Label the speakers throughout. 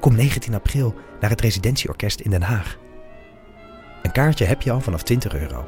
Speaker 1: Kom 19 april naar het Residentieorkest in Den Haag. Een kaartje heb je al vanaf 20 euro.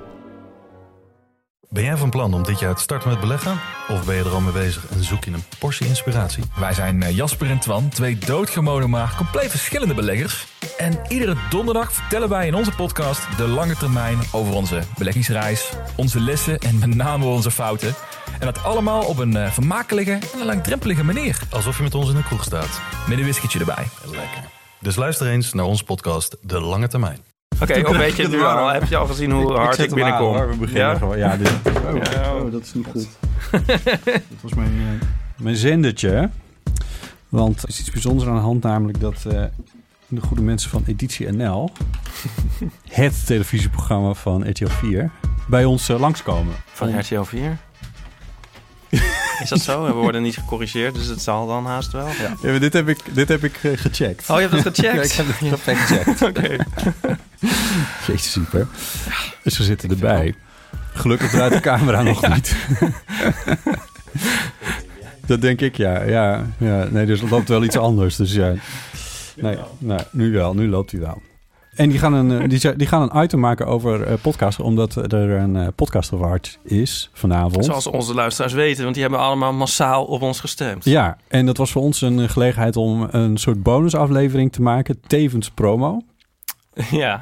Speaker 2: Ben jij van plan om dit jaar te starten met beleggen? Of ben je er al mee bezig en zoek je een portie inspiratie?
Speaker 3: Wij zijn eh, Jasper en Twan, twee doodgewone maar compleet verschillende beleggers. En iedere donderdag vertellen wij in onze podcast de lange termijn over onze beleggingsreis, onze lessen en met name onze fouten. En dat allemaal op een eh, vermakelijke en een langdrempelige manier.
Speaker 2: Alsof je met ons in de kroeg staat.
Speaker 3: Met een whiskietje erbij.
Speaker 2: Lekker. Dus luister eens naar onze podcast De Lange Termijn.
Speaker 4: Oké, of weet je het nu al? Heb je al gezien hoe hard ik,
Speaker 5: zet hem
Speaker 4: binnenkom?
Speaker 5: aan, hoor. We beginnen
Speaker 4: Ja?
Speaker 5: gewoon. Ja, dit- oh, oh, dat is niet goed. dat was mijn, eh, mijn zendertje. hè? Want er is iets bijzonders aan de hand, namelijk dat eh, de goede mensen van Editie NL, het televisieprogramma van RTL 4, bij ons eh, langskomen.
Speaker 4: Van RTL 4? Is dat zo? We worden niet gecorrigeerd, dus het zal dan haast wel. Ja.
Speaker 5: Ja, maar dit heb ik, dit heb ik eh, gecheckt.
Speaker 4: Oh, je hebt dat
Speaker 5: Ja,
Speaker 4: gecheckt?
Speaker 5: ik heb het perfect gecheckt.
Speaker 4: Oké.
Speaker 5: Jeetje, super. Dus we zitten erbij. Gelukkig draait de camera nog niet. Dat denk ik, ja. ja, ja. Nee, dus loopt wel iets anders. Dus ja. Nee, nee, nu wel. Nu loopt hij wel. En die gaan een, eh, die, z- die gaan een item maken over eh podcasts, omdat er een eh, podcast award is vanavond.
Speaker 4: Zoals onze luisteraars weten, want die hebben allemaal massaal op ons gestemd.
Speaker 5: Ja, en dat was voor ons een eh, gelegenheid om een soort bonusaflevering te maken, tevens promo.
Speaker 4: Ja.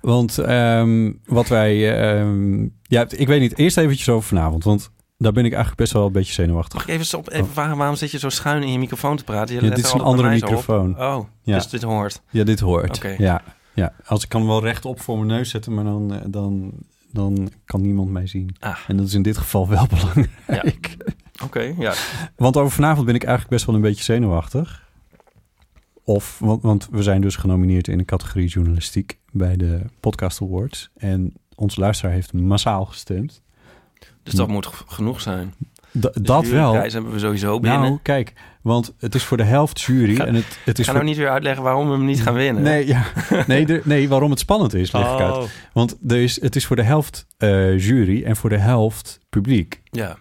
Speaker 5: Want ehm, wat wij. ehm, ja, ik weet niet. Eerst eventjes over vanavond. Want daar ben ik eigenlijk best wel een beetje zenuwachtig.
Speaker 4: Mag ik even stop? Even, waarom, waarom zit je zo schuin in je microfoon te praten? Je
Speaker 5: Ja,
Speaker 4: let
Speaker 5: dit is
Speaker 4: er
Speaker 5: een
Speaker 4: altijd
Speaker 5: andere
Speaker 4: bij mij zo op.
Speaker 5: microfoon.
Speaker 4: Oh,
Speaker 5: Ja.
Speaker 4: dus dit hoort.
Speaker 5: Ja, dit hoort.
Speaker 4: Oké.
Speaker 5: Ja, ja. Als ik kan hem wel rechtop voor mijn neus zetten, maar dan, eh, dan, dan kan niemand mij zien.
Speaker 4: Ah.
Speaker 5: En dat is in dit geval wel belangrijk.
Speaker 4: Oké, ja.
Speaker 5: Want over vanavond ben ik eigenlijk best wel een beetje zenuwachtig. Of, want, want we zijn dus genomineerd in de categorie journalistiek bij de Podcast Awards. En onze luisteraar heeft massaal gestemd.
Speaker 4: Dus dat moet g- genoeg zijn.
Speaker 5: Da-
Speaker 4: Dus
Speaker 5: Hm. dat
Speaker 4: jullie
Speaker 5: wel.
Speaker 4: prijs hebben we sowieso binnen.
Speaker 5: Nou, kijk, want het is voor de helft jury
Speaker 4: Ga-
Speaker 5: en het, het
Speaker 4: ik ga
Speaker 5: is voor...
Speaker 4: nou niet weer uitleggen waarom we hem niet gaan winnen. Oh.
Speaker 5: Nee, Oh. ja. nee, de- nee, waarom het spannend is, leg ik uit. Want er is, het is voor de helft eh, jury en voor de helft publiek.
Speaker 4: Ja.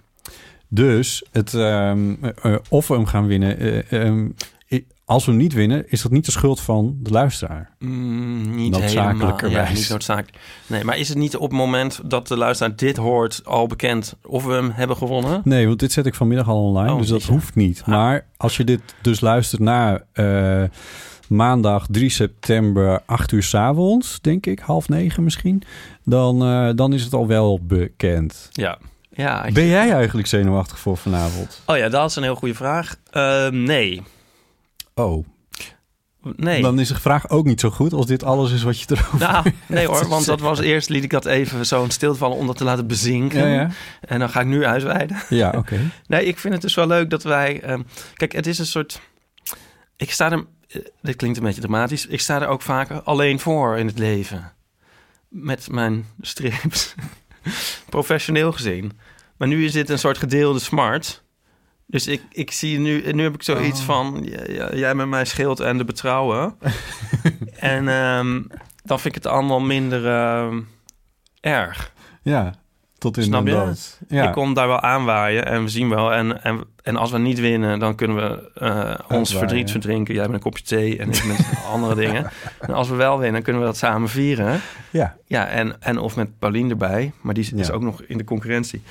Speaker 5: Dus het, ehm, eh, eh, of we hem gaan winnen, eh, ehm, i- als we hem niet winnen, is dat niet de schuld van de luisteraar.
Speaker 4: Mm, niet helemaal.
Speaker 5: Noodzakelijkerwijs.
Speaker 4: Ja, niet noodzakelijk. Nee, maar is het niet op het moment dat de luisteraar dit hoort al bekend of we hem hebben gewonnen?
Speaker 5: Nee, want dit zet ik vanmiddag al online,
Speaker 4: Oh,
Speaker 5: dus dat
Speaker 4: jeetje.
Speaker 5: hoeft niet. Maar als je dit dus luistert na eh, maandag 3 september, 8 uur 's avonds, denk ik, half negen misschien, dan, eh, dan is het al wel bekend.
Speaker 4: Ja. Ja. ik-
Speaker 5: Ben jij eigenlijk zenuwachtig voor vanavond?
Speaker 4: Oh ja, dat is een heel goede vraag. Ehm, nee.
Speaker 5: Oh,
Speaker 4: Nee.
Speaker 5: dan is de vraag ook niet zo goed als dit alles is wat je erover...
Speaker 4: Nou, nee hoor, want dat was eerst liet ik dat even zo in stilte vallen om dat te laten bezinken.
Speaker 5: Ja, ja.
Speaker 4: En dan ga ik nu uitweiden.
Speaker 5: ja oké.
Speaker 4: Nee, ik vind het dus wel leuk dat wij. ehm, kijk, het is een soort. Ik sta er. eh, dit klinkt een beetje dramatisch. Ik sta er ook vaak alleen voor in het leven. Met mijn strips. Professioneel gezien. Maar nu is dit een soort gedeelde smart. Dus ik, ik zie nu. Nu heb ik zoiets van. ja, ja, jij met mij scheelt en de betrouwen. en ehm, dan vind ik het allemaal minder ehm, erg.
Speaker 5: Ja, tot in
Speaker 4: Snap
Speaker 5: de
Speaker 4: je?
Speaker 5: dood. Ja.
Speaker 4: Ik kom daar wel aanwaaien en we zien wel. En, en, en als we niet winnen, dan kunnen we eh, ons
Speaker 5: Uitwaaien.
Speaker 4: verdriet verdrinken. Jij met een kopje thee en ik met andere dingen. En als we wel winnen, kunnen we dat samen vieren.
Speaker 5: ja.
Speaker 4: Ja, en, en of met Paulien erbij. Maar die is, is
Speaker 5: Ja.
Speaker 4: ook nog in de concurrentie.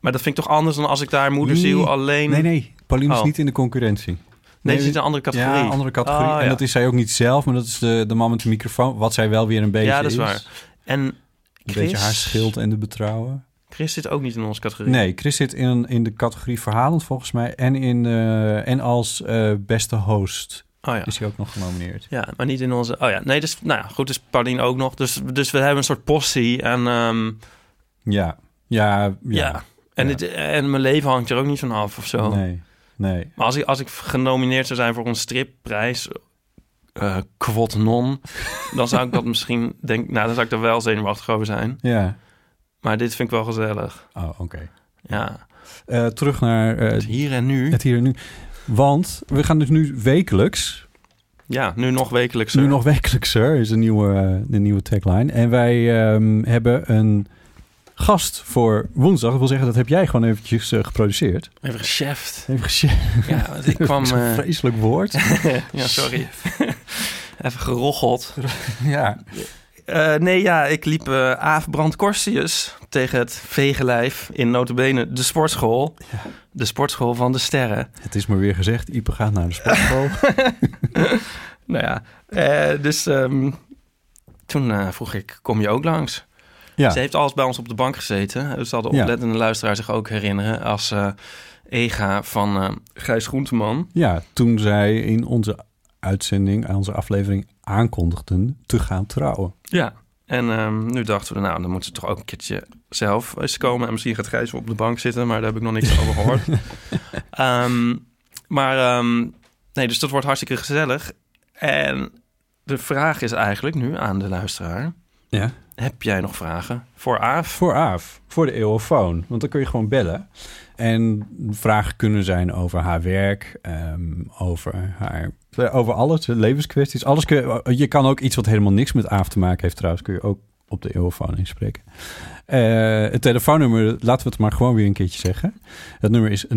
Speaker 4: Maar dat vind ik toch anders dan als ik daar moederziel
Speaker 5: Nee.
Speaker 4: alleen...
Speaker 5: Nee, nee, Pauline
Speaker 4: Oh.
Speaker 5: is niet in de concurrentie.
Speaker 4: Nee, ze zit in een andere categorie.
Speaker 5: Ja, andere categorie.
Speaker 4: Ah,
Speaker 5: en
Speaker 4: ja.
Speaker 5: dat is zij ook niet zelf, maar dat is de, de man met de microfoon. Wat zij wel weer een beetje
Speaker 4: Ja, dat is waar. En
Speaker 5: Een
Speaker 4: Chris,
Speaker 5: beetje haar schild en de betrouwen.
Speaker 4: Chris zit ook niet in onze categorie.
Speaker 5: Nee, Chris zit in, in de categorie verhalend volgens mij. En, in, eh, en als eh, beste host
Speaker 4: Oh ja.
Speaker 5: is hij ook nog genomineerd.
Speaker 4: Ja, maar niet in onze... Oh ja, nee, dus... Nou ja, goed, dus Paulien ook nog. Dus, dus we hebben een soort postie en... ehm,
Speaker 5: Ja, ja,
Speaker 4: Ja.
Speaker 5: ja.
Speaker 4: En,
Speaker 5: Ja.
Speaker 4: het, en mijn leven hangt er ook niet van af of zo.
Speaker 5: Nee, nee.
Speaker 4: Maar als ik, als ik genomineerd zou zijn voor een stripprijs... eh quod non, dan zou ik dat misschien denk, nou, dan zou ik er wel zenuwachtig over zijn.
Speaker 5: Ja.
Speaker 4: Maar dit vind ik wel gezellig.
Speaker 5: Oh, oké.
Speaker 4: Ja,
Speaker 5: Eh, terug naar eh,
Speaker 4: het hier en nu.
Speaker 5: het hier en nu. Want we gaan dus nu wekelijks.
Speaker 4: Ja, nu nog wekelijks.
Speaker 5: Nu nog wekelijkser is de nieuwe, eh, de nieuwe tagline. En wij ehm, hebben een gast voor woensdag. Dat wil zeggen, dat heb jij gewoon eventjes eh, geproduceerd.
Speaker 4: Even gecheft.
Speaker 5: Even gecheckt.
Speaker 4: Ja, want ik kwam...
Speaker 5: Zo'n
Speaker 4: eh,
Speaker 5: vreselijk woord.
Speaker 4: ja, sorry. Even gerocheld.
Speaker 5: ja.
Speaker 4: Eh, nee, ja, ik liep eh Aaf Brandkorstius tegen het vegenlijf in notabene de sportschool. De sportschool van de sterren.
Speaker 5: Het is maar weer gezegd, Ipe gaat naar de sportschool.
Speaker 4: Nou ja, eh, dus ehm, toen eh, vroeg ik, kom je ook langs? Ze
Speaker 5: ja,
Speaker 4: heeft alles bij ons op de bank gezeten. Dus zal de
Speaker 5: Ja.
Speaker 4: oplettende luisteraar zich ook herinneren als eh, Ega van eh, Gijs Groenteman.
Speaker 5: ja, toen zij in onze uitzending, aan onze aflevering aankondigden te gaan trouwen.
Speaker 4: Ja. En ehm, nu dachten we, nou, dan moeten ze toch ook een keertje zelf eens komen. En misschien gaat Gijs wel op de bank zitten, maar daar heb ik nog niks over gehoord. Ehm, maar ehm, nee, dus dat wordt hartstikke gezellig. En de vraag is eigenlijk nu aan de luisteraar.
Speaker 5: Ja.
Speaker 4: Heb jij nog vragen voor Aaf?
Speaker 5: Voor Aaf, voor de eeuwofoon. Want dan kun je gewoon bellen. En vragen kunnen zijn over haar werk, ehm, over haar... Over alles, levenskwesties. Alles kun, je kan ook iets wat helemaal niks met Aaf te maken heeft trouwens... kun je ook op de eeuwofoon inspreken. Eh, het telefoonnummer, laten we het maar gewoon weer een keertje zeggen. Het nummer is 06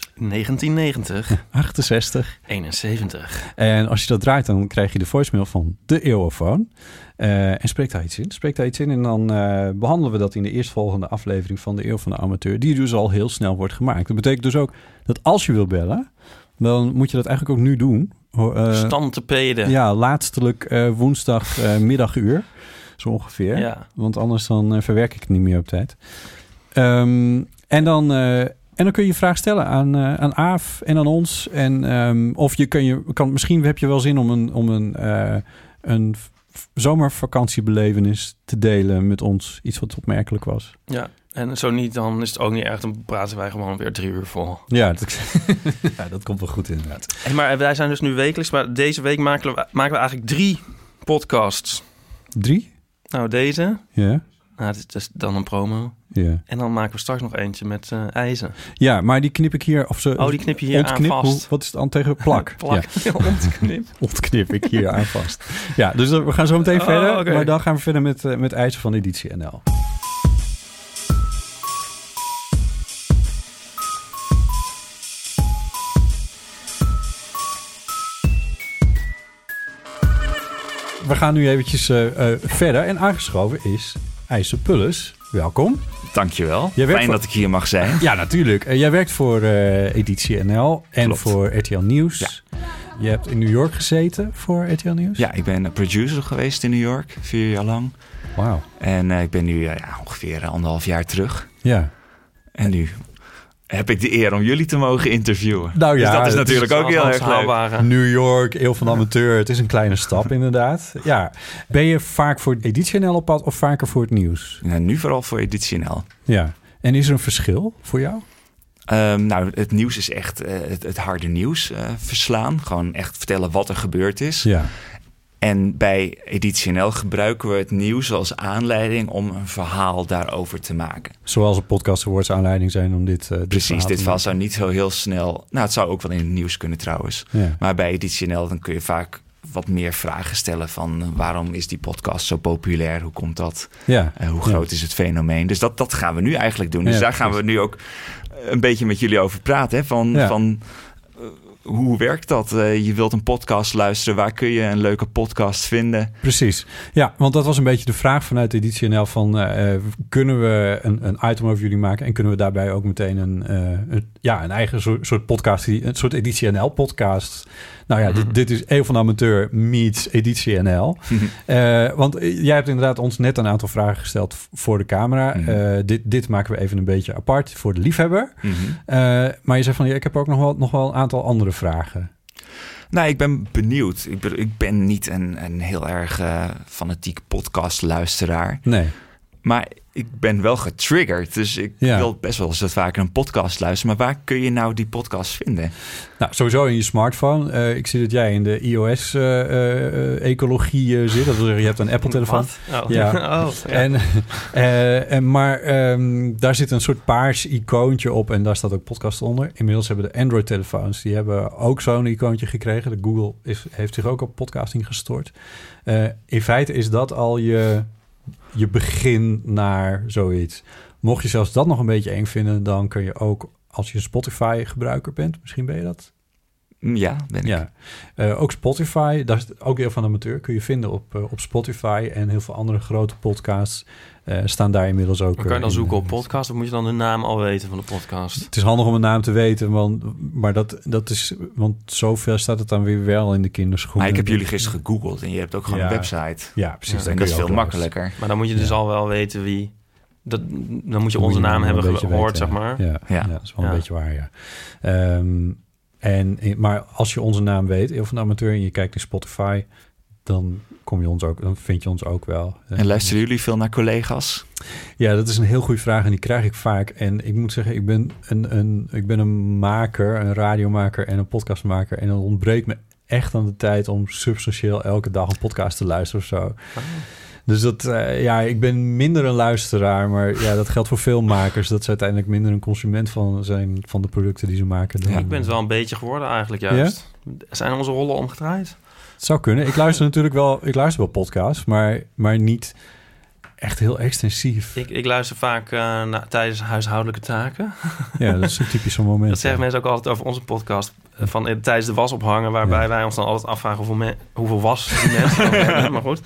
Speaker 4: 1990,
Speaker 5: 68
Speaker 4: 71.
Speaker 5: En als je dat draait, dan krijg je de voicemail van de Eeuwofoon. Eh, en spreekt daar iets in. Spreekt daar iets in en dan eh, behandelen we dat in de eerstvolgende aflevering van de Eeuw van de Amateur. Die dus al heel snel wordt gemaakt. Dat betekent dus ook dat als je wil bellen, dan moet je dat eigenlijk ook nu doen. Ho- eh,
Speaker 4: Stand te peden.
Speaker 5: ja, laatstelijk eh, woensdag eh, middaguur. Zo ongeveer.
Speaker 4: Ja.
Speaker 5: Want anders dan eh, verwerk ik het niet meer op tijd. Ehm, en, dan, eh, en dan kun je je vraag stellen aan, eh, aan Aaf en aan ons. En, ehm, of je kun je, kan, misschien heb je wel zin om een, om een, eh, een v- zomervakantiebelevenis te delen met ons. Iets wat opmerkelijk was.
Speaker 4: Ja, en zo niet, dan is het ook niet erg. Dan praten wij gewoon weer drie uur vol.
Speaker 5: Ja, dat, ja, dat komt wel goed inderdaad.
Speaker 4: Hey, maar wij zijn dus nu wekelijks, maar deze week maken we, maken we eigenlijk drie podcasts.
Speaker 5: Drie?
Speaker 4: Nou, deze,
Speaker 5: Ja,
Speaker 4: nou, dit is dan een promo.
Speaker 5: ja.
Speaker 4: En dan maken we straks nog eentje met eh ijzer.
Speaker 5: ja maar die knip ik hier. Of ze,
Speaker 4: Oh, die knip je hier aan
Speaker 5: ontknip, hoe-
Speaker 4: vast.
Speaker 5: wat is het dan tegen plak? Ja.
Speaker 4: Plak, ontknip.
Speaker 5: ontknip ik hier aan vast. Ja, dus we gaan zo meteen
Speaker 4: Oh,
Speaker 5: verder.
Speaker 4: oké.
Speaker 5: Maar dan gaan we verder met, eh, met eisen van editie NL. We gaan nu eventjes eh, eh, verder. En aangeschoven is IJssel Pullus. Welkom.
Speaker 6: Dankjewel.
Speaker 5: Jij werkt
Speaker 6: Fijn
Speaker 5: voor-
Speaker 6: dat ik hier mag zijn.
Speaker 5: Ja, natuurlijk. Eh, jij werkt voor eh, Editie NL en
Speaker 6: Klopt.
Speaker 5: voor RTL Nieuws. Je hebt in New York gezeten voor RTL Nieuws.
Speaker 6: Ja, ik ben eh, producer geweest in New York, vier jaar lang.
Speaker 5: Wauw.
Speaker 6: En eh, ik ben nu eh, ja, ongeveer anderhalf jaar terug.
Speaker 5: Ja.
Speaker 6: En nu heb ik de eer om jullie te mogen interviewen.
Speaker 5: Nou ja,
Speaker 6: dus dat is
Speaker 5: dat
Speaker 6: natuurlijk ook heel erg leuk.
Speaker 4: haalbare.
Speaker 5: New York, eeuw van de amateur. Het is een kleine stap inderdaad. Ja. Ben je vaak voor Editie NL op pad of vaker voor het nieuws?
Speaker 6: Nou, nu vooral voor Editie NL.
Speaker 5: Ja. En is er een verschil voor jou?
Speaker 6: Ehm, nou, het nieuws is echt eh, het, het harde nieuws eh, verslaan. Gewoon echt vertellen wat er gebeurd is.
Speaker 5: Ja.
Speaker 6: En bij Editie NL gebruiken we het nieuws als aanleiding om een verhaal daarover te maken.
Speaker 5: Zoals een podcast awards aanleiding zijn om dit... eh, dit
Speaker 6: Precies,
Speaker 5: verhaal
Speaker 6: dit
Speaker 5: te
Speaker 6: verhaal zou niet zo heel snel... Nou, het zou ook wel in het nieuws kunnen trouwens.
Speaker 5: maken. Ja.
Speaker 6: Maar bij Editie NL dan kun je vaak wat meer vragen stellen van... eh, waarom is die podcast zo populair? Hoe komt dat?
Speaker 5: ja.
Speaker 6: Eh, hoe groot is het fenomeen? Dus dat, dat gaan we nu eigenlijk doen. Dus
Speaker 5: Ja,
Speaker 6: daar gaan we nu ook eh, een beetje met jullie over praten. Hè? Van,
Speaker 5: Ja.
Speaker 6: van eh, hoe werkt dat? Eh, je wilt een podcast luisteren. Waar kun je een leuke podcast vinden?
Speaker 5: Precies. Ja, want dat was een beetje de vraag vanuit Editie NL van... eh, eh, kunnen we een, een item over jullie maken... en kunnen we daarbij ook meteen een, eh, een- ja, een eigen soort, soort podcast... die- een soort Editie NL podcast. Nou ja,
Speaker 6: Mm.
Speaker 5: dit, dit is Eeuw van de Amateur meets Editie NL. Eh, want jij hebt inderdaad ons net een aantal vragen gesteld v- voor de camera.
Speaker 6: Mhm.
Speaker 5: Eh, dit, dit maken we even een beetje apart voor de liefhebber.
Speaker 6: Mhm.
Speaker 5: Eh, maar je zegt van, ja, ik heb ook nog wel, nog wel een aantal andere vragen.
Speaker 6: Nou, ik ben benieuwd. Ik, bedoel, ik ben niet een, een heel erg eh, fanatiek podcastluisteraar.
Speaker 5: Nee.
Speaker 6: Maar ik ben wel getriggerd. Dus ik
Speaker 5: Ja.
Speaker 6: wil best wel eens dat vaker een podcast luisteren. Maar waar kun je nou die podcast vinden?
Speaker 5: Nou, sowieso in je smartphone. Eh, ik zie dat jij in de eh, iOS-ecologie eh, zit. Dat wil zeggen, je hebt een Apple-telefoon.
Speaker 4: Oh.
Speaker 5: Ja.
Speaker 4: Oh, ja.
Speaker 5: En, eh, en, maar ehm, daar zit een soort paars icoontje op en daar staat ook podcast onder. Inmiddels hebben de Android-telefoons, die hebben ook zo'n icoontje gekregen. De Google is, heeft zich ook op podcasting gestort. Eh, in feite is dat al je, je begin naar zoiets. Mocht je zelfs dat nog een beetje eng vinden, dan kun je ook, als je een Spotify-gebruiker bent, misschien ben je dat,
Speaker 6: Hm, Ja, ben ik.
Speaker 5: ja, Eh, ook Spotify, daar is het ook heel van amateur, kun je vinden op, eh, op Spotify en heel veel andere grote podcasts eh, staan daar inmiddels ook.
Speaker 4: Maar kan je dan
Speaker 5: eh, in.
Speaker 4: zoeken op podcast? Of moet je dan de naam al weten van de podcast?
Speaker 5: Het is handig om een naam te weten, want, maar dat, dat is, want zover staat het dan weer wel in de kinderschoenen.
Speaker 4: Ah,
Speaker 6: Maar ik heb jullie gisteren gegoogeld en je hebt ook gewoon
Speaker 5: Ja.
Speaker 6: een website.
Speaker 5: Ja, precies.
Speaker 4: Ja,
Speaker 5: daar
Speaker 6: en
Speaker 5: kun
Speaker 6: dat
Speaker 5: je
Speaker 6: is
Speaker 5: ook
Speaker 6: veel
Speaker 5: wel eens-
Speaker 6: makkelijker.
Speaker 4: Maar dan moet je dus
Speaker 5: Ja.
Speaker 4: al wel weten wie... Dat, dan moet je
Speaker 5: Moet
Speaker 4: onze
Speaker 5: je
Speaker 4: naam
Speaker 5: wel een
Speaker 4: hebben
Speaker 5: beetje
Speaker 4: gehoord,
Speaker 5: weten,
Speaker 4: zeg maar.
Speaker 5: Ja, ja.
Speaker 6: Ja.
Speaker 5: dat is wel een
Speaker 4: Ja.
Speaker 5: beetje waar, ja. Ehm, en, eh, maar als je onze naam weet, heel van amateur, en je kijkt in Spotify, dan, kom je ons ook, dan vind je ons ook wel. eh,
Speaker 6: En luisteren jullie veel naar collega's?
Speaker 5: Ja, dat is een heel goede vraag en die krijg ik vaak. En ik moet zeggen, ik ben een, een, ik ben een maker, een radiomaker en een podcastmaker. En dan ontbreekt me echt aan de tijd om substantieel elke dag een podcast te luisteren of zo.
Speaker 4: Ah.
Speaker 5: Dus dat, eh, ja, ik ben minder een luisteraar, maar ja, dat geldt voor veel makers. Dat ze uiteindelijk minder een consument van zijn van de producten die ze maken. dan-
Speaker 6: Ja,
Speaker 4: Ik ben het wel een beetje geworden eigenlijk juist. Zijn onze rollen omgedraaid?
Speaker 5: Het zou kunnen. Ik luister natuurlijk wel, ik luister wel podcasts, maar, maar niet echt heel extensief.
Speaker 4: Ik, ik luister vaak eh, na- tijdens huishoudelijke taken.
Speaker 5: Ja, dat is een typisch zo'n moment.
Speaker 4: Dat zeggen
Speaker 5: ja.
Speaker 4: mensen ook altijd over onze podcast. eh, Van eh, tijdens de was ophangen, waarbij
Speaker 5: Ja.
Speaker 4: wij ons dan altijd afvragen hoeveel, me- hoeveel was die mensen dan hebben. Maar goed.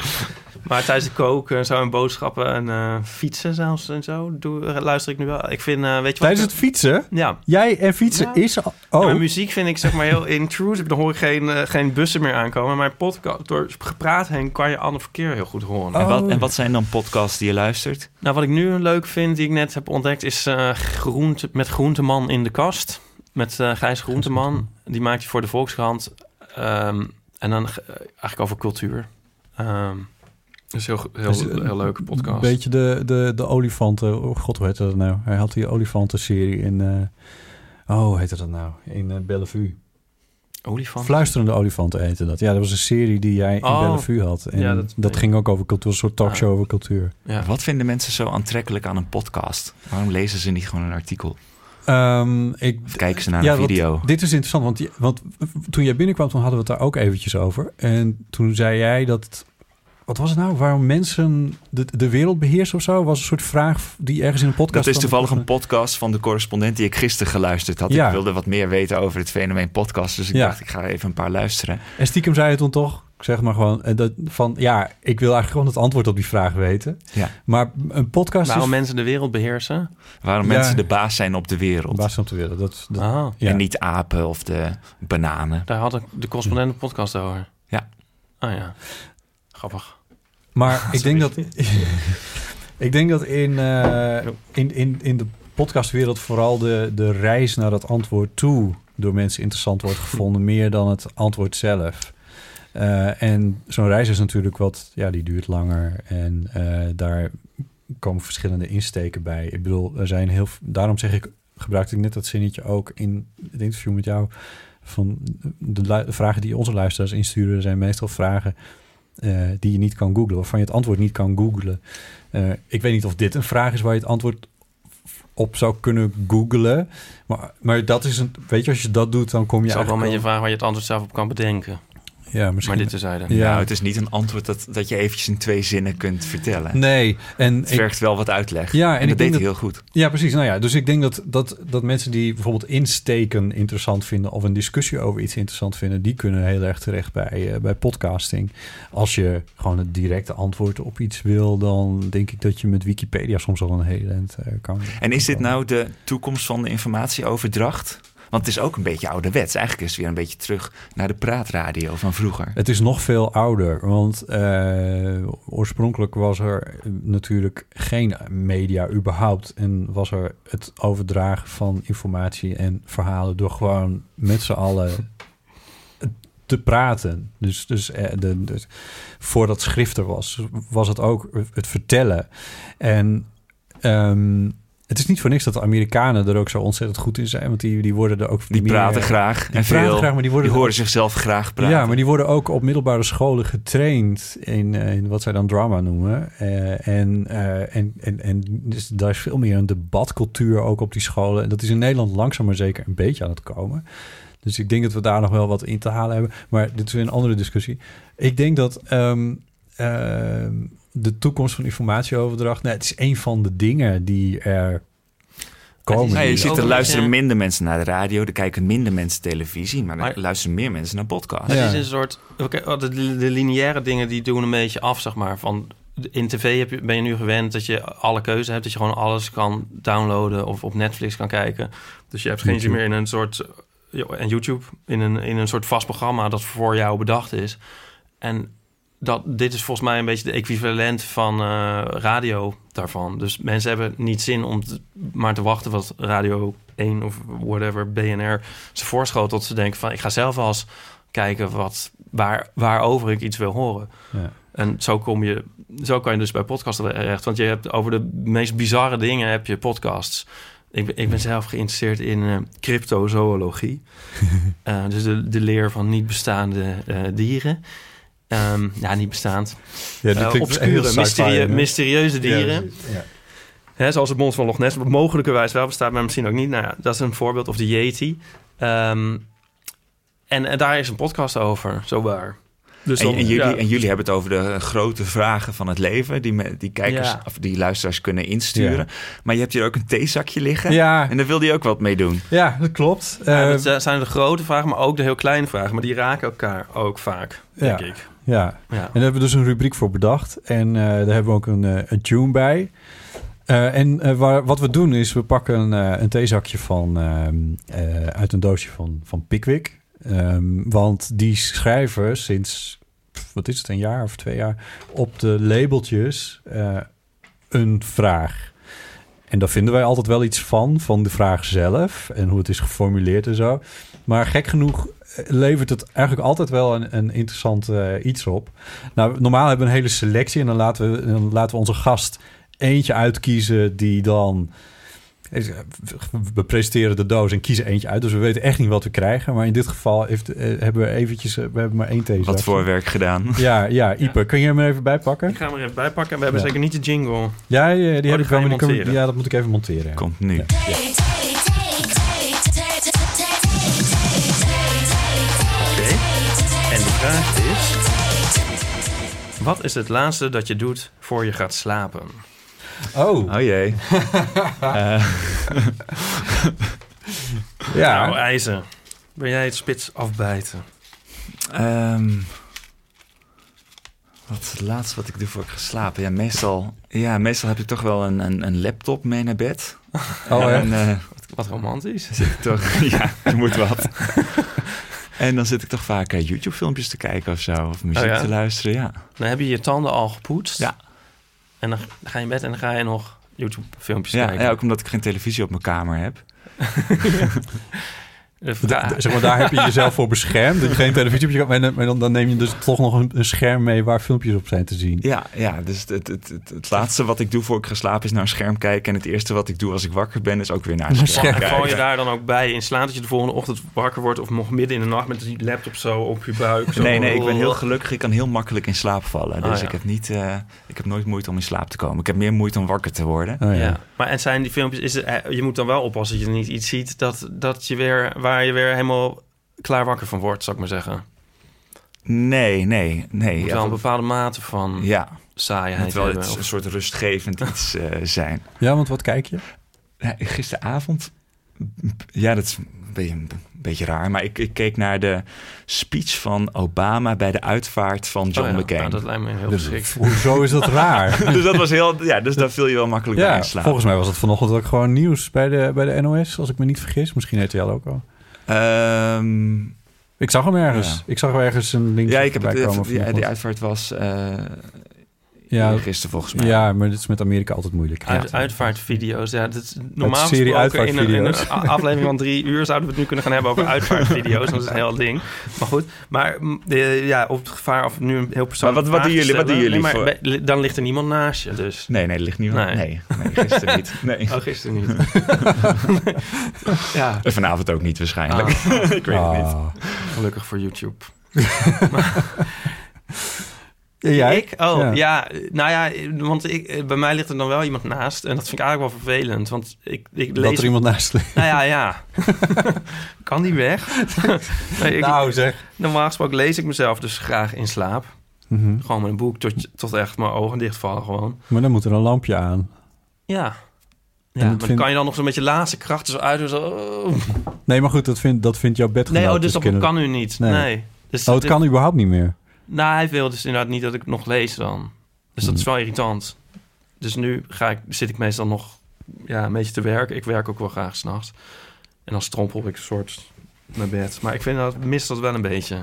Speaker 4: Maar tijdens de koken en zo en boodschappen en eh, fietsen zelfs en zo doe, luister ik nu wel. Ik vind, eh, weet je wat?
Speaker 5: Tijdens het fietsen?
Speaker 4: Ja.
Speaker 5: Jij en fietsen
Speaker 4: Ja.
Speaker 5: is al...
Speaker 4: Ja,
Speaker 5: Oh,
Speaker 4: maar muziek vind ik zeg maar heel intrusive. Dan hoor ik geen, eh, geen bussen meer aankomen. Maar podcast, door gepraat heen kan je ander verkeer heel goed horen.
Speaker 5: Oh.
Speaker 6: En, wat, en wat zijn dan podcasts die je luistert?
Speaker 4: Nou, wat ik nu leuk vind, die ik net heb ontdekt, is eh, groente, met Groenteman in de kast. Met eh, Gijs Groenteman. Die maakt hij voor de Volkskrant. Ehm, en dan ge- eigenlijk over cultuur. Ehm dat is heel, go- heel,
Speaker 5: Dus, eh,
Speaker 4: heel, leuke podcast.
Speaker 5: beetje de, de, de olifanten... Oh god, hoe heette dat nou? Hij had die olifanten-serie in... eh, oh, hoe heette dat nou? In eh, Bellevue.
Speaker 4: Olifant.
Speaker 5: Fluisterende olifanten heette dat. Ja, dat was een serie die jij in
Speaker 4: Oh.
Speaker 5: Bellevue had. En
Speaker 4: Ja,
Speaker 5: dat,
Speaker 4: dat-
Speaker 5: ging ook over cultuur. Een soort talkshow
Speaker 4: Ah.
Speaker 5: over cultuur.
Speaker 4: ja.
Speaker 6: Wat vinden mensen zo aantrekkelijk aan een podcast? Waarom lezen ze niet gewoon een artikel?
Speaker 5: Ehm, ik,
Speaker 6: Of kijken ze naar
Speaker 5: Ja,
Speaker 6: een
Speaker 5: want
Speaker 6: video?
Speaker 5: Dit is interessant, want, je- want toen jij binnenkwam, toen hadden we het daar ook eventjes over. En toen zei jij dat. Wat was het nou? Waarom mensen de, de wereld beheersen of zo? Was een soort vraag die ergens in een podcast.
Speaker 6: Dat is
Speaker 5: kwam.
Speaker 6: toevallig een podcast van de correspondent die ik gisteren geluisterd had.
Speaker 5: Ja.
Speaker 6: Ik wilde wat meer weten over het fenomeen podcast. Dus ik
Speaker 5: Ja.
Speaker 6: dacht, ik ga even een paar luisteren.
Speaker 5: En stiekem zei je toen toch, ik zeg maar gewoon, eh, dat, van ja, ik wil eigenlijk gewoon het antwoord op die vraag weten.
Speaker 6: Ja.
Speaker 5: Maar een podcast
Speaker 4: Waarom
Speaker 5: is
Speaker 4: mensen de wereld beheersen.
Speaker 6: Waarom
Speaker 5: Ja.
Speaker 6: mensen de baas zijn op de wereld.
Speaker 5: baas om te willen. Dat, dat,
Speaker 4: Ah,
Speaker 5: ja.
Speaker 6: En niet apen of de bananen.
Speaker 4: daar had ik de correspondent een podcast over.
Speaker 6: Ja.
Speaker 4: Ah ja. Grappig.
Speaker 5: Maar ik denk dat. ik denk dat in, eh, in, in, in de podcastwereld vooral de, de reis naar dat antwoord toe door mensen interessant wordt gevonden, meer dan het antwoord zelf. Eh, en zo'n reis is natuurlijk wat, ja, die duurt langer en eh, daar komen verschillende insteken bij. Ik bedoel, er zijn heel, v- daarom zeg ik, gebruikte ik net dat zinnetje ook in het interview met jou. Van de, lu- de vragen die onze luisteraars insturen, zijn meestal vragen eh, die je niet kan googlen, waarvan je het antwoord niet kan googlen. Eh, ik weet niet of dit een vraag is waar je het antwoord op zou kunnen googlen. Maar, maar dat is een. Weet je, als je dat doet, dan kom je.
Speaker 4: ik zal wel met
Speaker 5: eigenlijk
Speaker 4: je vragen waar je het antwoord zelf op kan bedenken.
Speaker 5: al- Ja, misschien.
Speaker 4: Maar dit is hij dan.
Speaker 5: Ja.
Speaker 6: Nou, het is niet een antwoord dat, dat je eventjes in twee zinnen kunt vertellen.
Speaker 5: Nee, en
Speaker 6: Het
Speaker 5: ik-
Speaker 6: vergt wel wat uitleg.
Speaker 5: Ja, en
Speaker 6: en,
Speaker 5: ik
Speaker 6: dat
Speaker 5: denk
Speaker 6: deed hij heel goed.
Speaker 5: Ja, precies. Nou ja, dus ik denk dat, dat, dat mensen die bijvoorbeeld insteken interessant vinden of een discussie over iets interessant vinden, die kunnen heel erg terecht bij, eh, bij podcasting. Als je gewoon het directe antwoord op iets wil, dan denk ik dat je met Wikipedia soms al een hele eind eh, kan.
Speaker 6: En is dit nou de toekomst van de informatieoverdracht? Want het is ook een beetje ouderwets. Eigenlijk is het weer een beetje terug naar de praatradio van vroeger.
Speaker 5: Het is nog veel ouder, want eh, oorspronkelijk was er natuurlijk geen media überhaupt. En was er het overdragen van informatie en verhalen door gewoon met z'n allen te praten. Dus, dus eh, de, de- voordat schrift er was, was het ook het vertellen. En Ehm, het is niet voor niks dat de Amerikanen er ook zo ontzettend goed in zijn. Want die, die worden er ook...
Speaker 6: Die
Speaker 5: meer-
Speaker 6: praten graag
Speaker 5: Die
Speaker 6: en
Speaker 5: praten
Speaker 6: veel.
Speaker 5: graag, maar die worden
Speaker 6: die
Speaker 5: er
Speaker 6: horen zichzelf graag praten.
Speaker 5: Ja, maar die worden ook op middelbare scholen getraind in, eh, in wat zij dan drama noemen. Eh, en, eh, en, en, en dus daar is veel meer een debatcultuur ook op die scholen. En dat is in Nederland langzaam maar zeker een beetje aan het komen. Dus ik denk dat we daar nog wel wat in te halen hebben. Maar dit is weer een andere discussie. Ik denk dat ehm, ehm, de toekomst van informatieoverdracht... Nou, het is een van de dingen die er komen.
Speaker 6: Nee, Nou, je
Speaker 4: Ook
Speaker 6: ziet er
Speaker 4: een
Speaker 6: luisteren
Speaker 4: beetje-
Speaker 6: minder mensen naar de radio, er kijken minder mensen televisie, maar,
Speaker 4: Maar-
Speaker 6: er luisteren meer mensen naar podcasts.
Speaker 4: Het
Speaker 5: Ja.
Speaker 4: is een soort... oké, oh, de, de lineaire dingen die doen een beetje af, zeg maar. Van, in tv heb je, ben je nu gewend dat je alle keuze hebt. Dat je gewoon alles kan downloaden of op Netflix kan kijken. Dus je hebt geen zin
Speaker 5: YouTube.
Speaker 4: meer in een soort... ja, En YouTube, in een, in een soort vast programma dat voor jou bedacht is. En dat, dit is volgens mij een beetje de equivalent van eh, radio daarvan. Dus mensen hebben niet zin om te- maar te wachten wat Radio 1 of whatever, BNR, ze voorschotelt. Tot ze denken van, ik ga zelf als kijken wat, waar, waarover ik iets wil horen.
Speaker 5: Ja.
Speaker 4: En zo, kom je, zo kan je dus bij podcasten terecht. Want je hebt over de meest bizarre dingen heb je podcasts. Ik ben, ik ben zelf geïnteresseerd in eh, cryptozoologie. Eh, dus de, de leer van niet bestaande eh, dieren. Ehm, ja, niet bestaand.
Speaker 5: Ja,
Speaker 4: Eh, obscure, mysterie- mysterieuze dieren. Hè, zoals het monster van Loch Ness, wat mogelijkerwijs wel bestaat, maar misschien ook niet. Nou ja, dat is een voorbeeld. Of de Yeti. Ehm, en, en daar is een podcast over, zo waar. Dus
Speaker 6: En,
Speaker 4: dan-
Speaker 6: en, jullie,
Speaker 4: ja.
Speaker 6: en jullie hebben het over de eh, grote vragen van het leven, die, me- die kijkers
Speaker 4: Ja.
Speaker 6: of die luisteraars kunnen insturen. Maar je hebt hier ook een theezakje liggen.
Speaker 5: Ja,
Speaker 6: En daar wilde je ook wat mee doen.
Speaker 5: ja, dat klopt.
Speaker 4: Ja,
Speaker 5: Eh,
Speaker 4: dat eh, zijn de grote vragen, maar ook de heel kleine vragen. Maar die raken elkaar ook vaak,
Speaker 5: Ja.
Speaker 4: denk ik.
Speaker 5: ja,
Speaker 4: Ja.
Speaker 5: en daar hebben we dus een rubriek voor bedacht. En eh, daar hebben we ook een, eh, een tune bij. Eh, en eh, waar, wat we doen is, we pakken een, eh, een theezakje van, ehm, eh, uit een doosje van, van Pickwick. Ehm, want die schrijven sinds, pff, wat is het, een jaar of twee jaar... op de labeltjes eh, een vraag. En daar vinden wij altijd wel iets van, van de vraag zelf... en hoe het is geformuleerd en zo. Maar gek genoeg eh, levert het eigenlijk altijd wel een, een interessant eh, iets op. Nou, normaal hebben we een hele selectie en dan laten we, dan laten we onze gast eentje uitkiezen die dan. eh, We presenteren de doos en kiezen eentje uit. Dus we weten echt niet wat we krijgen. Maar in dit geval heeft, eh, hebben we eventjes... eh, We hebben maar één theezakje.
Speaker 6: Wat voor werk gedaan.
Speaker 5: Ja, ja, Ipe. Kun je hem er even bij pakken?
Speaker 4: Ik ga hem er even bij pakken. We hebben
Speaker 5: Ja.
Speaker 4: zeker niet de jingle.
Speaker 5: Ja, ja, die
Speaker 4: die
Speaker 5: heb ik
Speaker 4: ga
Speaker 5: wel.
Speaker 4: je
Speaker 5: maar die kunnen we-
Speaker 4: monteren.
Speaker 5: ja, dat moet ik even monteren. ja.
Speaker 6: Komt nu.
Speaker 4: Oké. En de vraag is... Wat is het laatste dat je doet voor je gaat slapen?
Speaker 5: Oh,
Speaker 6: Oh jee.
Speaker 5: ja.
Speaker 4: Nou, IJzer. Ben jij het spits afbijten?
Speaker 6: Ehm, wat is het laatste wat ik doe voor ik ga slapen? Ja, meestal, ja, meestal heb ik toch wel een, een, een laptop mee naar bed.
Speaker 5: oh,
Speaker 6: en,
Speaker 5: echt?
Speaker 6: eh,
Speaker 4: Wat romantisch.
Speaker 6: zit ik toch... ja, je moet wat. en dan zit ik toch vaak eh, YouTube-filmpjes te kijken of zo. Of muziek
Speaker 4: Oh ja?
Speaker 6: te luisteren, ja.
Speaker 4: Dan heb je je tanden al gepoetst.
Speaker 6: Ja.
Speaker 4: En dan ga je in bed en dan ga je nog YouTube-filmpjes
Speaker 6: Ja,
Speaker 4: kijken.
Speaker 6: ja, ook omdat ik geen televisie op mijn kamer heb.
Speaker 4: De vraag.
Speaker 5: Da- Zeg maar, daar heb je jezelf voor beschermd. Dat je geen televisie op je kan. En dan, dan neem je dus toch nog een, een scherm mee waar filmpjes op zijn te zien.
Speaker 6: Ja, ja dus het, het, het, het, het laatste wat ik doe voor ik ga slapen is naar een scherm kijken. En het eerste wat ik doe als ik wakker ben is ook weer naar een scherm
Speaker 4: En val je
Speaker 6: kijken.
Speaker 4: daar dan ook bij in slaat dat je de volgende ochtend wakker wordt of nog midden in de nacht met die laptop zo op je buik? Zo.
Speaker 6: Nee, nee, ik ben heel gelukkig. Ik kan heel makkelijk in slaap vallen. Dus
Speaker 4: Ah, ja.
Speaker 6: ik, heb niet, eh, ik heb nooit moeite om in slaap te komen. Ik heb meer moeite om wakker te worden.
Speaker 5: Oh, ja.
Speaker 4: Ja. Maar en zijn die filmpjes, is het, eh, je moet dan wel oppassen dat je niet iets ziet dat, dat je weer, waar je weer helemaal klaar wakker van wordt, zou ik maar zeggen.
Speaker 6: Nee, nee,
Speaker 4: Je
Speaker 6: nee.
Speaker 4: moet
Speaker 6: Ja,
Speaker 4: wel een bepaalde mate van
Speaker 6: ja, het
Speaker 4: saaiheid
Speaker 6: moet wel
Speaker 4: hebben.
Speaker 6: iets-
Speaker 4: Of-
Speaker 6: een soort rustgevend iets eh, zijn.
Speaker 5: Ja, want wat kijk je?
Speaker 6: Ja, gisteravond, ja, dat is een beetje, een beetje raar, maar ik, ik keek naar de speech van Obama bij de uitvaart van John
Speaker 4: Oh ja,
Speaker 6: McCain.
Speaker 4: nou, dat lijkt me heel
Speaker 5: Dus-
Speaker 4: geschikt.
Speaker 5: Hoezo is dat raar?
Speaker 6: dus dat was heel, ja, dus daar viel je wel makkelijk bij
Speaker 5: ja,
Speaker 6: in slaap.
Speaker 5: volgens mij was het vanochtend ook gewoon nieuws bij de, bij de NOS, als ik me niet vergis. Misschien RTL ook al.
Speaker 6: Ehm,
Speaker 5: Ik zag hem ergens.
Speaker 6: Ja.
Speaker 5: Ik zag wel ergens een linkje
Speaker 6: ja, ik heb
Speaker 5: voorbij
Speaker 6: het,
Speaker 5: komen. van
Speaker 6: ja,
Speaker 5: iemand.
Speaker 6: die uitvaart was eh,
Speaker 5: Ja.
Speaker 6: gisteren volgens mij.
Speaker 5: Ja, maar dit is met Amerika altijd moeilijk.
Speaker 4: Uit, uitvaartvideo's, ja. Dat is normaal
Speaker 5: serie
Speaker 4: gesproken in een, in een
Speaker 5: uitvaartvideo's.
Speaker 4: a- aflevering van drie uur zouden we het nu kunnen gaan hebben over uitvaartvideo's. Dat is een heel ding. Maar goed, maar mm, eh, ja, op het gevaar of nu een heel persoonlijk
Speaker 6: Maar wat- wat
Speaker 4: vraag
Speaker 6: doen
Speaker 4: te
Speaker 6: jullie- wat
Speaker 4: stellen.
Speaker 6: doen jullie
Speaker 4: Nee, maar bij- Dan ligt er niemand naast je, dus.
Speaker 6: Nee, nee, dat ligt niet.
Speaker 4: Nee.
Speaker 6: Nee, nee, gisteren niet. Nee.
Speaker 4: Oh, gisteren niet. ja,
Speaker 6: En Vanavond ook niet waarschijnlijk.
Speaker 4: Ah.
Speaker 6: ik weet het
Speaker 5: Ah.
Speaker 6: niet.
Speaker 4: gelukkig voor YouTube.
Speaker 5: Jij?
Speaker 4: Ik? Oh,
Speaker 5: Ja.
Speaker 4: ja. Nou ja, want ik, eh, bij mij ligt er dan wel iemand naast. En dat vind ik eigenlijk wel vervelend. Want ik, ik lees...
Speaker 5: Dat er iemand naast ligt.
Speaker 4: Nou ja, ja. kan die weg? nee, ik,
Speaker 5: Nou, zeg.
Speaker 4: Normaal gesproken lees ik mezelf dus graag in slaap. Gewoon met een boek tot, tot echt mijn ogen dichtvallen gewoon.
Speaker 5: Mhm. Maar dan moet er een lampje aan.
Speaker 4: Ja. Ja,
Speaker 5: dat
Speaker 4: maar dan
Speaker 5: vind-
Speaker 4: kan je dan nog zo'n beetje laatste kracht zo uit. doen, Zo, oh.
Speaker 5: Nee, maar goed, dat vindt dat vindt jouw bedgenoot.
Speaker 4: Nee, oh, dus dat
Speaker 5: kunnen-
Speaker 4: kan nu niet.
Speaker 5: Nee.
Speaker 4: Nee. Dus
Speaker 5: Oh, het kan überhaupt niet meer.
Speaker 4: Nou, hij wil dus inderdaad niet dat ik nog lees dan. Dus dat is
Speaker 5: Hmm.
Speaker 4: wel irritant. Dus nu ga ik, zit ik meestal nog ja, een beetje te werken. Ik werk ook wel graag s'nachts. En dan strompel ik een soort naar bed. Maar ik vind dat, mis dat wel een beetje. Oh,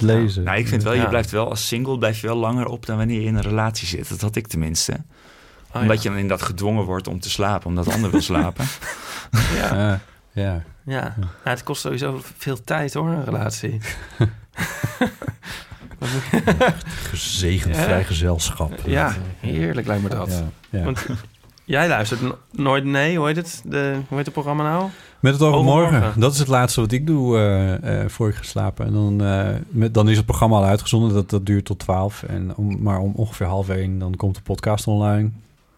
Speaker 5: Lezen.
Speaker 6: Nou, ik vind wel, je
Speaker 4: Ja.
Speaker 6: blijft wel als single blijf je wel langer op dan wanneer je in een relatie zit. Dat had ik tenminste.
Speaker 4: Oh,
Speaker 6: omdat
Speaker 4: ja.
Speaker 6: je dan inderdaad gedwongen wordt om te slapen, omdat de ander wil slapen.
Speaker 4: Ja.
Speaker 5: Ja. ja.
Speaker 4: Ja. Nou, het kost sowieso veel tijd hoor, een relatie.
Speaker 5: Gezegend
Speaker 4: Ja.
Speaker 5: vrijgezelschap.
Speaker 4: Ja, heerlijk lijkt me dat.
Speaker 5: Ja, ja.
Speaker 4: Want- Jij luistert no- nooit nee, hoe heet het? De, hoe heet het programma nou?
Speaker 5: Met het oog op
Speaker 4: Overmorgen.
Speaker 5: morgen. Dat is het laatste wat ik doe eh, eh, voor ik ga slapen. En dan, eh, met, dan is het programma al uitgezonden. Dat, dat duurt tot twaalf. En om, maar om ongeveer half één dan komt de podcast online.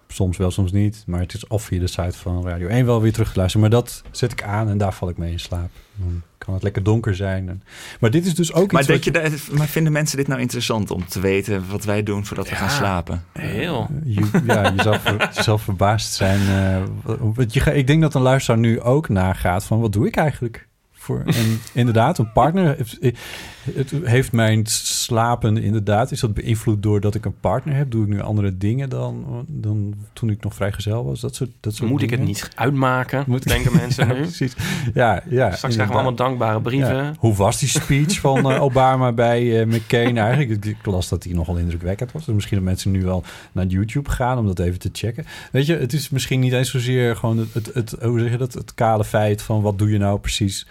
Speaker 5: Soms wel, soms niet. Maar het is of via de site van Radio 1 wel weer terug te luisteren. Maar dat zet ik aan en daar val ik mee in slaap. Dan kan het lekker donker zijn. En- maar dit is dus ook
Speaker 6: maar,
Speaker 5: iets
Speaker 6: denk
Speaker 5: wat
Speaker 6: je, dat- maar vinden mensen dit nou interessant om te weten wat wij doen voordat we
Speaker 4: Ja.
Speaker 6: gaan slapen?
Speaker 4: Heel.
Speaker 5: Eh, Je- ja, je zal, ver- je zal verbaasd zijn. eh, want je, ga- ik denk dat een luisteraar nu ook nagaat van wat doe ik eigenlijk? Voor, en inderdaad, een partner. heeft- Het heeft mijn slapen inderdaad. Is dat beïnvloed doordat ik een partner heb? Doe ik nu andere dingen dan, dan toen ik nog vrijgezel was? Dat soort, dat soort
Speaker 4: Dus Moet ik het
Speaker 5: dingen.
Speaker 4: niet uitmaken,
Speaker 5: Moet ik-
Speaker 4: denken mensen
Speaker 5: Ja,
Speaker 4: nu.
Speaker 5: precies. Ja, ja,
Speaker 4: Straks krijgen we allemaal dankbare brieven.
Speaker 5: ja. Hoe was die speech van eh, Obama bij eh, McCain eigenlijk? Ik, ik las dat die nogal indrukwekkend was. Dus misschien dat mensen nu wel naar YouTube gaan om dat even te checken. Weet je, het is misschien niet eens zozeer gewoon het, het, het- hoe zeg je dat, het kale feit van wat doe je nou precies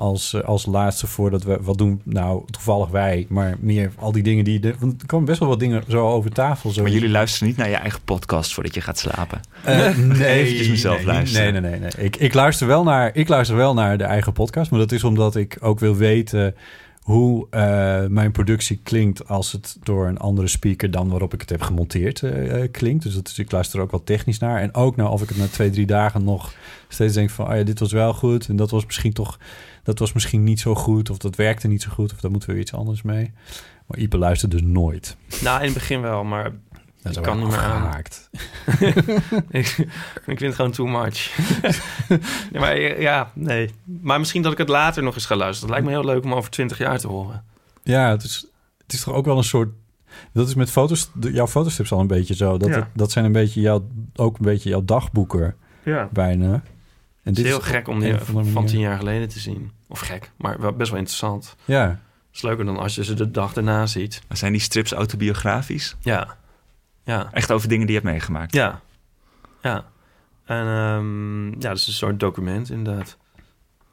Speaker 5: als, eh, als laatste voordat we wat doen. Nou, toevallig wij, maar meer al die dingen die. je De, want er komen best wel wat dingen zo over tafel. Zo.
Speaker 6: Maar jullie luisteren niet naar je eigen podcast voordat je gaat slapen.
Speaker 5: Eh, nee,
Speaker 6: Eventjes mezelf
Speaker 5: nee,
Speaker 6: luisteren.
Speaker 5: Nee, nee, nee. nee. Ik, ik, luister wel naar, ik luister wel naar de eigen podcast. Maar dat is omdat ik ook wil weten hoe eh, mijn productie klinkt... als het door een andere speaker dan waarop ik het heb gemonteerd eh, eh, klinkt. Dus dat is, ik luister er ook wel technisch naar. En ook nou of ik het na twee, drie dagen nog steeds denk van... ah ja, dit was wel goed en dat was misschien toch... dat was misschien niet zo goed of dat werkte niet zo goed... of daar moeten we weer iets anders mee. Maar Ipe luistert dus nooit.
Speaker 4: Nou, in het begin wel, maar
Speaker 5: Dat
Speaker 4: Ik kan niet meer aan.
Speaker 5: afgehaakt.
Speaker 4: ik, ik vind het gewoon too much. ja, maar ja, nee. Maar misschien dat ik het later nog eens ga luisteren. Dat lijkt me heel leuk om over twintig jaar te horen.
Speaker 5: Ja, het is, het is toch ook wel een soort. Dat is met foto's, de- jouw fotostrips al een beetje zo. Dat,
Speaker 4: Ja.
Speaker 5: het- dat zijn een beetje jouw, ook een beetje jouw dagboeken
Speaker 4: Ja.
Speaker 5: bijna. En
Speaker 4: Het is heel
Speaker 5: toch
Speaker 4: gek om
Speaker 5: op
Speaker 4: die
Speaker 5: een of andere
Speaker 4: van
Speaker 5: manier-
Speaker 4: tien jaar geleden te zien. Of gek, maar wel best wel interessant.
Speaker 5: Ja,
Speaker 4: Het is leuker dan als je ze de dag daarna ziet.
Speaker 6: Maar Zijn die strips autobiografisch?
Speaker 4: Ja. Ja.
Speaker 6: Echt over dingen die je hebt meegemaakt?
Speaker 4: Ja. Ja. En ehm, ja, dat is een soort document inderdaad.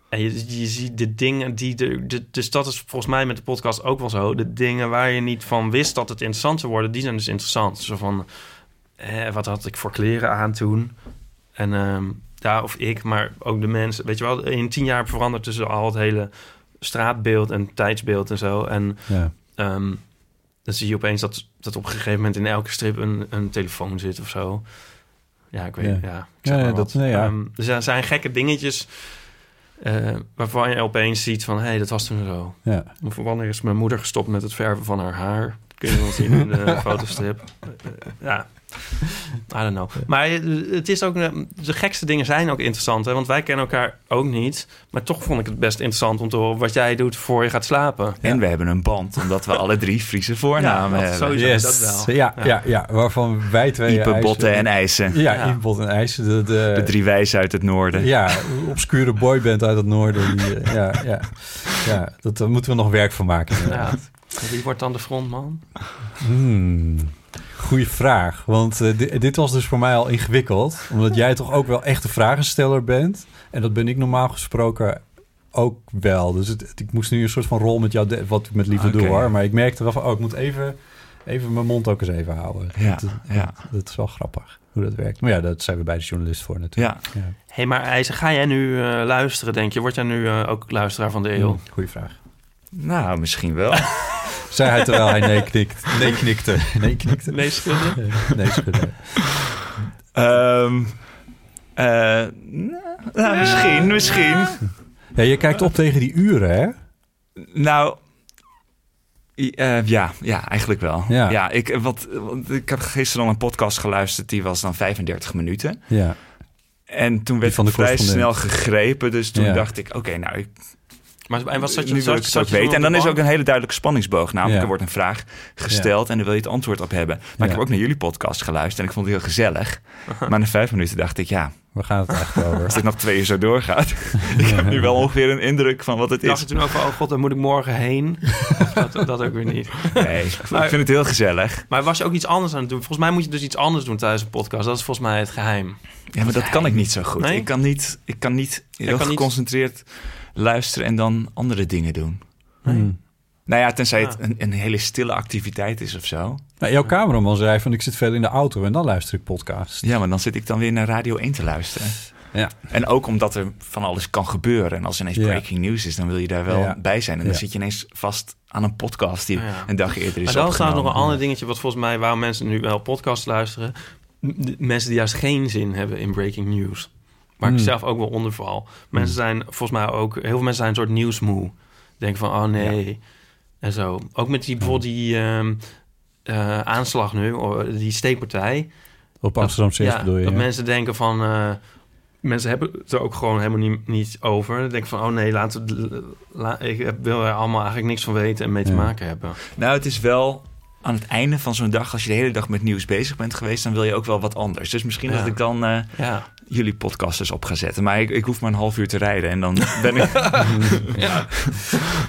Speaker 4: En je, je ziet de dingen die... De, de- dus dat is volgens mij met de podcast ook wel zo. De dingen waar je niet van wist dat het interessant zou worden... die zijn dus interessant. Zo van, eh, wat had ik voor kleren aan toen? En ehm ja, of ik, maar ook de mensen. Weet je wel, in tien jaar verandert dus al het hele straatbeeld en tijdsbeeld en zo. En
Speaker 5: ja.
Speaker 4: Ehm, dan zie je opeens dat, dat op een gegeven moment in elke strip een, een telefoon zit of zo. Ja, ik weet
Speaker 5: Ja.
Speaker 4: ja. ik zeg
Speaker 5: Ja,
Speaker 4: maar
Speaker 5: dat-
Speaker 4: wat.
Speaker 5: nee, ja.
Speaker 4: Ehm, dus er zijn gekke dingetjes eh, waarvan je opeens ziet van... hé, hey, dat was toen zo.
Speaker 5: ja.
Speaker 4: Of wanneer is mijn moeder gestopt met het verven van haar haar? Dat kun je wel zien in de fotostrip. Eh, ja, I don't know. Maar eh, het is ook... eh, De gekste dingen zijn ook interessant, hè? Want wij kennen elkaar ook niet. Maar toch vond ik het best interessant om te horen wat jij doet voor je gaat slapen.
Speaker 6: En we hebben een band, omdat we alle drie Friese voornamen
Speaker 4: Ja, dat
Speaker 6: hebben.
Speaker 4: sowieso,
Speaker 5: Yes.
Speaker 4: dat wel.
Speaker 5: Ja, ja. Ja, waarvan wij twee.
Speaker 6: Iepen,
Speaker 5: eisen-
Speaker 6: botten en ijzen.
Speaker 5: Ja,
Speaker 4: Ja.
Speaker 5: Iepen, Bot en IJs. De, de,
Speaker 6: De drie wijzen uit het noorden.
Speaker 5: Ja, obscure boyband uit het noorden. Die, eh, ja, ja. ja, dat daar moeten we nog werk van maken.
Speaker 4: Ja. Wie wordt dan de frontman?
Speaker 5: Hmm. Goeie vraag. Want eh, di- dit was dus voor mij al ingewikkeld. Omdat jij toch ook wel echt de vragensteller bent. En dat ben ik normaal gesproken ook wel. Dus het, het- ik moest nu een soort van rol met jou, de- wat ik met liefde
Speaker 6: Oké.
Speaker 5: doe hoor. Maar ik merkte wel van, oh, ik moet even, even mijn mond ook eens even houden.
Speaker 6: Ja,
Speaker 5: Dat,
Speaker 6: ja.
Speaker 5: dat is wel grappig hoe dat werkt. Maar ja, dat zijn we bij de journalist voor natuurlijk.
Speaker 6: Ja,
Speaker 5: Ja.
Speaker 4: Hé, hey, maar IJzer, ga jij nu eh, luisteren, denk je? Word jij nu eh, ook luisteraar van de
Speaker 6: Hmm.
Speaker 4: eeuw?
Speaker 5: Hmm, Goeie vraag.
Speaker 6: nou, misschien wel.
Speaker 5: Zei hij terwijl hij nee knikt. Nee knikte. Nee knikte.
Speaker 4: Nee, schudden.
Speaker 5: Eh, Nee schudde.
Speaker 6: Ehm, eh, nou, nou, misschien, misschien.
Speaker 5: Ja, je kijkt op tegen die uren, hè?
Speaker 6: Nou, i- eh, ja, ja, eigenlijk wel.
Speaker 5: Ja.
Speaker 6: Ja, ik, eh, wat, want ik had gisteren al een podcast geluisterd, die was dan 35 minuten.
Speaker 5: Ja.
Speaker 6: En toen werd
Speaker 5: van
Speaker 6: ik
Speaker 5: de
Speaker 6: vrij snel
Speaker 5: correspondent.
Speaker 6: gegrepen, dus toen
Speaker 5: Ja.
Speaker 6: dacht ik, oké, nou, ik,
Speaker 4: Maar en wat zat je,
Speaker 6: nu wil
Speaker 4: zat,
Speaker 6: ik het
Speaker 4: zat
Speaker 6: ook
Speaker 4: je toen
Speaker 6: weten. En
Speaker 4: op
Speaker 6: dan
Speaker 4: de
Speaker 6: is ook
Speaker 4: bank?
Speaker 6: een hele duidelijke spanningsboog, namelijk
Speaker 5: Ja.
Speaker 6: er wordt een vraag gesteld en dan wil je het antwoord op hebben. Maar ik
Speaker 5: Ja.
Speaker 6: heb ook naar jullie podcast geluisterd en ik vond het heel gezellig. Maar na vijf minuten dacht ik, ja,
Speaker 5: Waar gaat het echt over?
Speaker 6: als dit nog twee uur zo doorgaat, ik heb nu wel ongeveer een indruk van wat het
Speaker 4: dacht
Speaker 6: is.
Speaker 4: je toen ook van, oh god, dan moet ik morgen heen. Of dat, dat ook weer niet.
Speaker 6: Nee, ik vind het heel gezellig.
Speaker 4: Maar was je ook iets anders aan het doen? Volgens mij moet je dus iets anders doen tijdens een podcast. Dat is volgens mij het geheim.
Speaker 6: Ja, maar dat kan ik niet zo goed.
Speaker 4: Nee?
Speaker 6: Ik kan niet, ik kan niet heel
Speaker 4: kan niet-
Speaker 6: geconcentreerd luisteren en dan andere dingen doen.
Speaker 5: Hmm.
Speaker 6: Nou ja, tenzij
Speaker 4: Ja.
Speaker 5: Ah.
Speaker 6: het een, een hele stille activiteit is of zo.
Speaker 5: Nou, jouw cameraman zei van ik zit verder in de auto en dan luister ik podcast.
Speaker 6: Ja, maar dan zit ik dan weer naar Radio 1 te luisteren.
Speaker 5: Ja.
Speaker 6: En ook omdat er van alles kan gebeuren. En als er ineens
Speaker 5: Ja.
Speaker 6: breaking news is, dan wil je daar wel
Speaker 5: Ja.
Speaker 6: bij zijn. En dan
Speaker 5: Ja.
Speaker 6: zit je ineens vast aan een podcast die
Speaker 4: Ja.
Speaker 6: een dag eerder is
Speaker 4: Maar dan staat nog
Speaker 6: opgenomen.
Speaker 4: een ander dingetje, wat volgens mij waarom mensen nu wel podcasts luisteren. M- de- Mensen die juist geen zin hebben in breaking news. Waar ik
Speaker 5: Hmm.
Speaker 4: zelf ook wel onder val. Mensen zijn volgens mij ook, heel veel mensen zijn een soort nieuwsmoe. Denken van, oh nee. En zo. Ook met die, bijvoorbeeld die ehm, eh, aanslag nu, oh, die steekpartij.
Speaker 5: Op Amsterdam
Speaker 4: Dat-
Speaker 5: 6 bedoel je?
Speaker 4: Dat
Speaker 5: ja.
Speaker 4: mensen denken van... eh, mensen hebben het er ook gewoon helemaal niet, niet over. Dan denken van, oh nee, laten we, la- ik wil er allemaal eigenlijk niks van weten en mee te
Speaker 5: Ja.
Speaker 4: maken hebben.
Speaker 6: Nou, het is wel aan het einde van zo'n dag, als je de hele dag met nieuws bezig bent geweest, dan wil je ook wel wat anders. Dus misschien
Speaker 4: Ja.
Speaker 6: dat ik dan eh,
Speaker 4: Ja.
Speaker 6: jullie podcast eens op ga zetten. Maar ik, ik hoef maar een half uur te rijden en dan ben ik.
Speaker 5: Je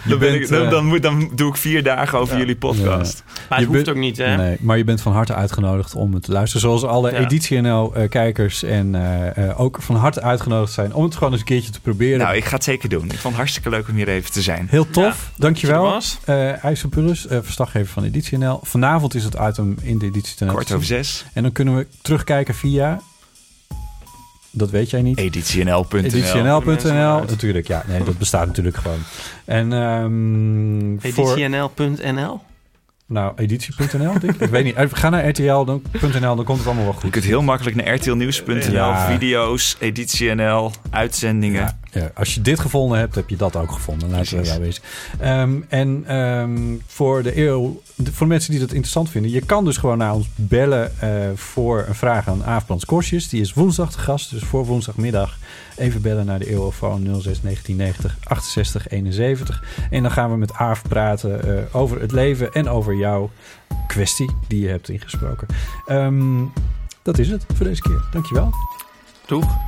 Speaker 6: Dan, ben ik
Speaker 5: bent,
Speaker 6: dan,
Speaker 5: eh,
Speaker 6: dan, moet, dan doe ik vier dagen over jullie podcast.
Speaker 4: Maar het
Speaker 5: Je
Speaker 4: hoeft
Speaker 5: bent-
Speaker 4: ook niet, hè?
Speaker 5: Nee, maar je bent van harte uitgenodigd om het te luisteren. Zoals alle
Speaker 4: Ja.
Speaker 5: editie NL-kijkers en eh, eh, ook van harte uitgenodigd zijn om het gewoon eens een keertje te proberen.
Speaker 6: Nou, ik ga het zeker doen. Ik vond het hartstikke leuk om hier even te zijn.
Speaker 5: Heel tof,
Speaker 4: Dat
Speaker 5: dankjewel.
Speaker 4: was.
Speaker 5: Eh IJsselpullus, eh, verslaggever van Editie NL. Vanavond is het item in de Editie NL.
Speaker 6: Kwart over zes,
Speaker 5: En dan kunnen we terugkijken via... Dat weet jij niet.
Speaker 6: editienl.nl.
Speaker 5: Editionl.nl. Natuurlijk, ja. Nee, dat bestaat natuurlijk gewoon. En ehm, voor...
Speaker 4: Editienl.nl?
Speaker 5: Nou, editie.nl, denk ik. ik weet niet. Eh, Ga naar rtl.nl, dan, .nl, dan komt het allemaal wel
Speaker 6: Je
Speaker 5: goed.
Speaker 6: kunt heel makkelijk naar rtlnieuws.nl,
Speaker 5: Ja.
Speaker 6: video's, editienl, uitzendingen.
Speaker 5: Ja, ja, als je dit gevonden hebt, heb je dat ook gevonden. Laten we
Speaker 6: Precies.
Speaker 5: wel wezen. Ehm, en ehm, voor de eeuw, de- voor mensen die dat interessant vinden, je kan dus gewoon naar ons bellen eh, voor een vraag aan Aaf Brands Korsjes. Die is woensdag te gast, dus voor woensdagmiddag even bellen naar de eeuwfoon 06 1990 68 71. En dan gaan we met Aaf praten eh, over het leven en over jouw kwestie die je hebt ingesproken. Ehm, dat is het voor deze keer. Dankjewel.
Speaker 4: Doeg.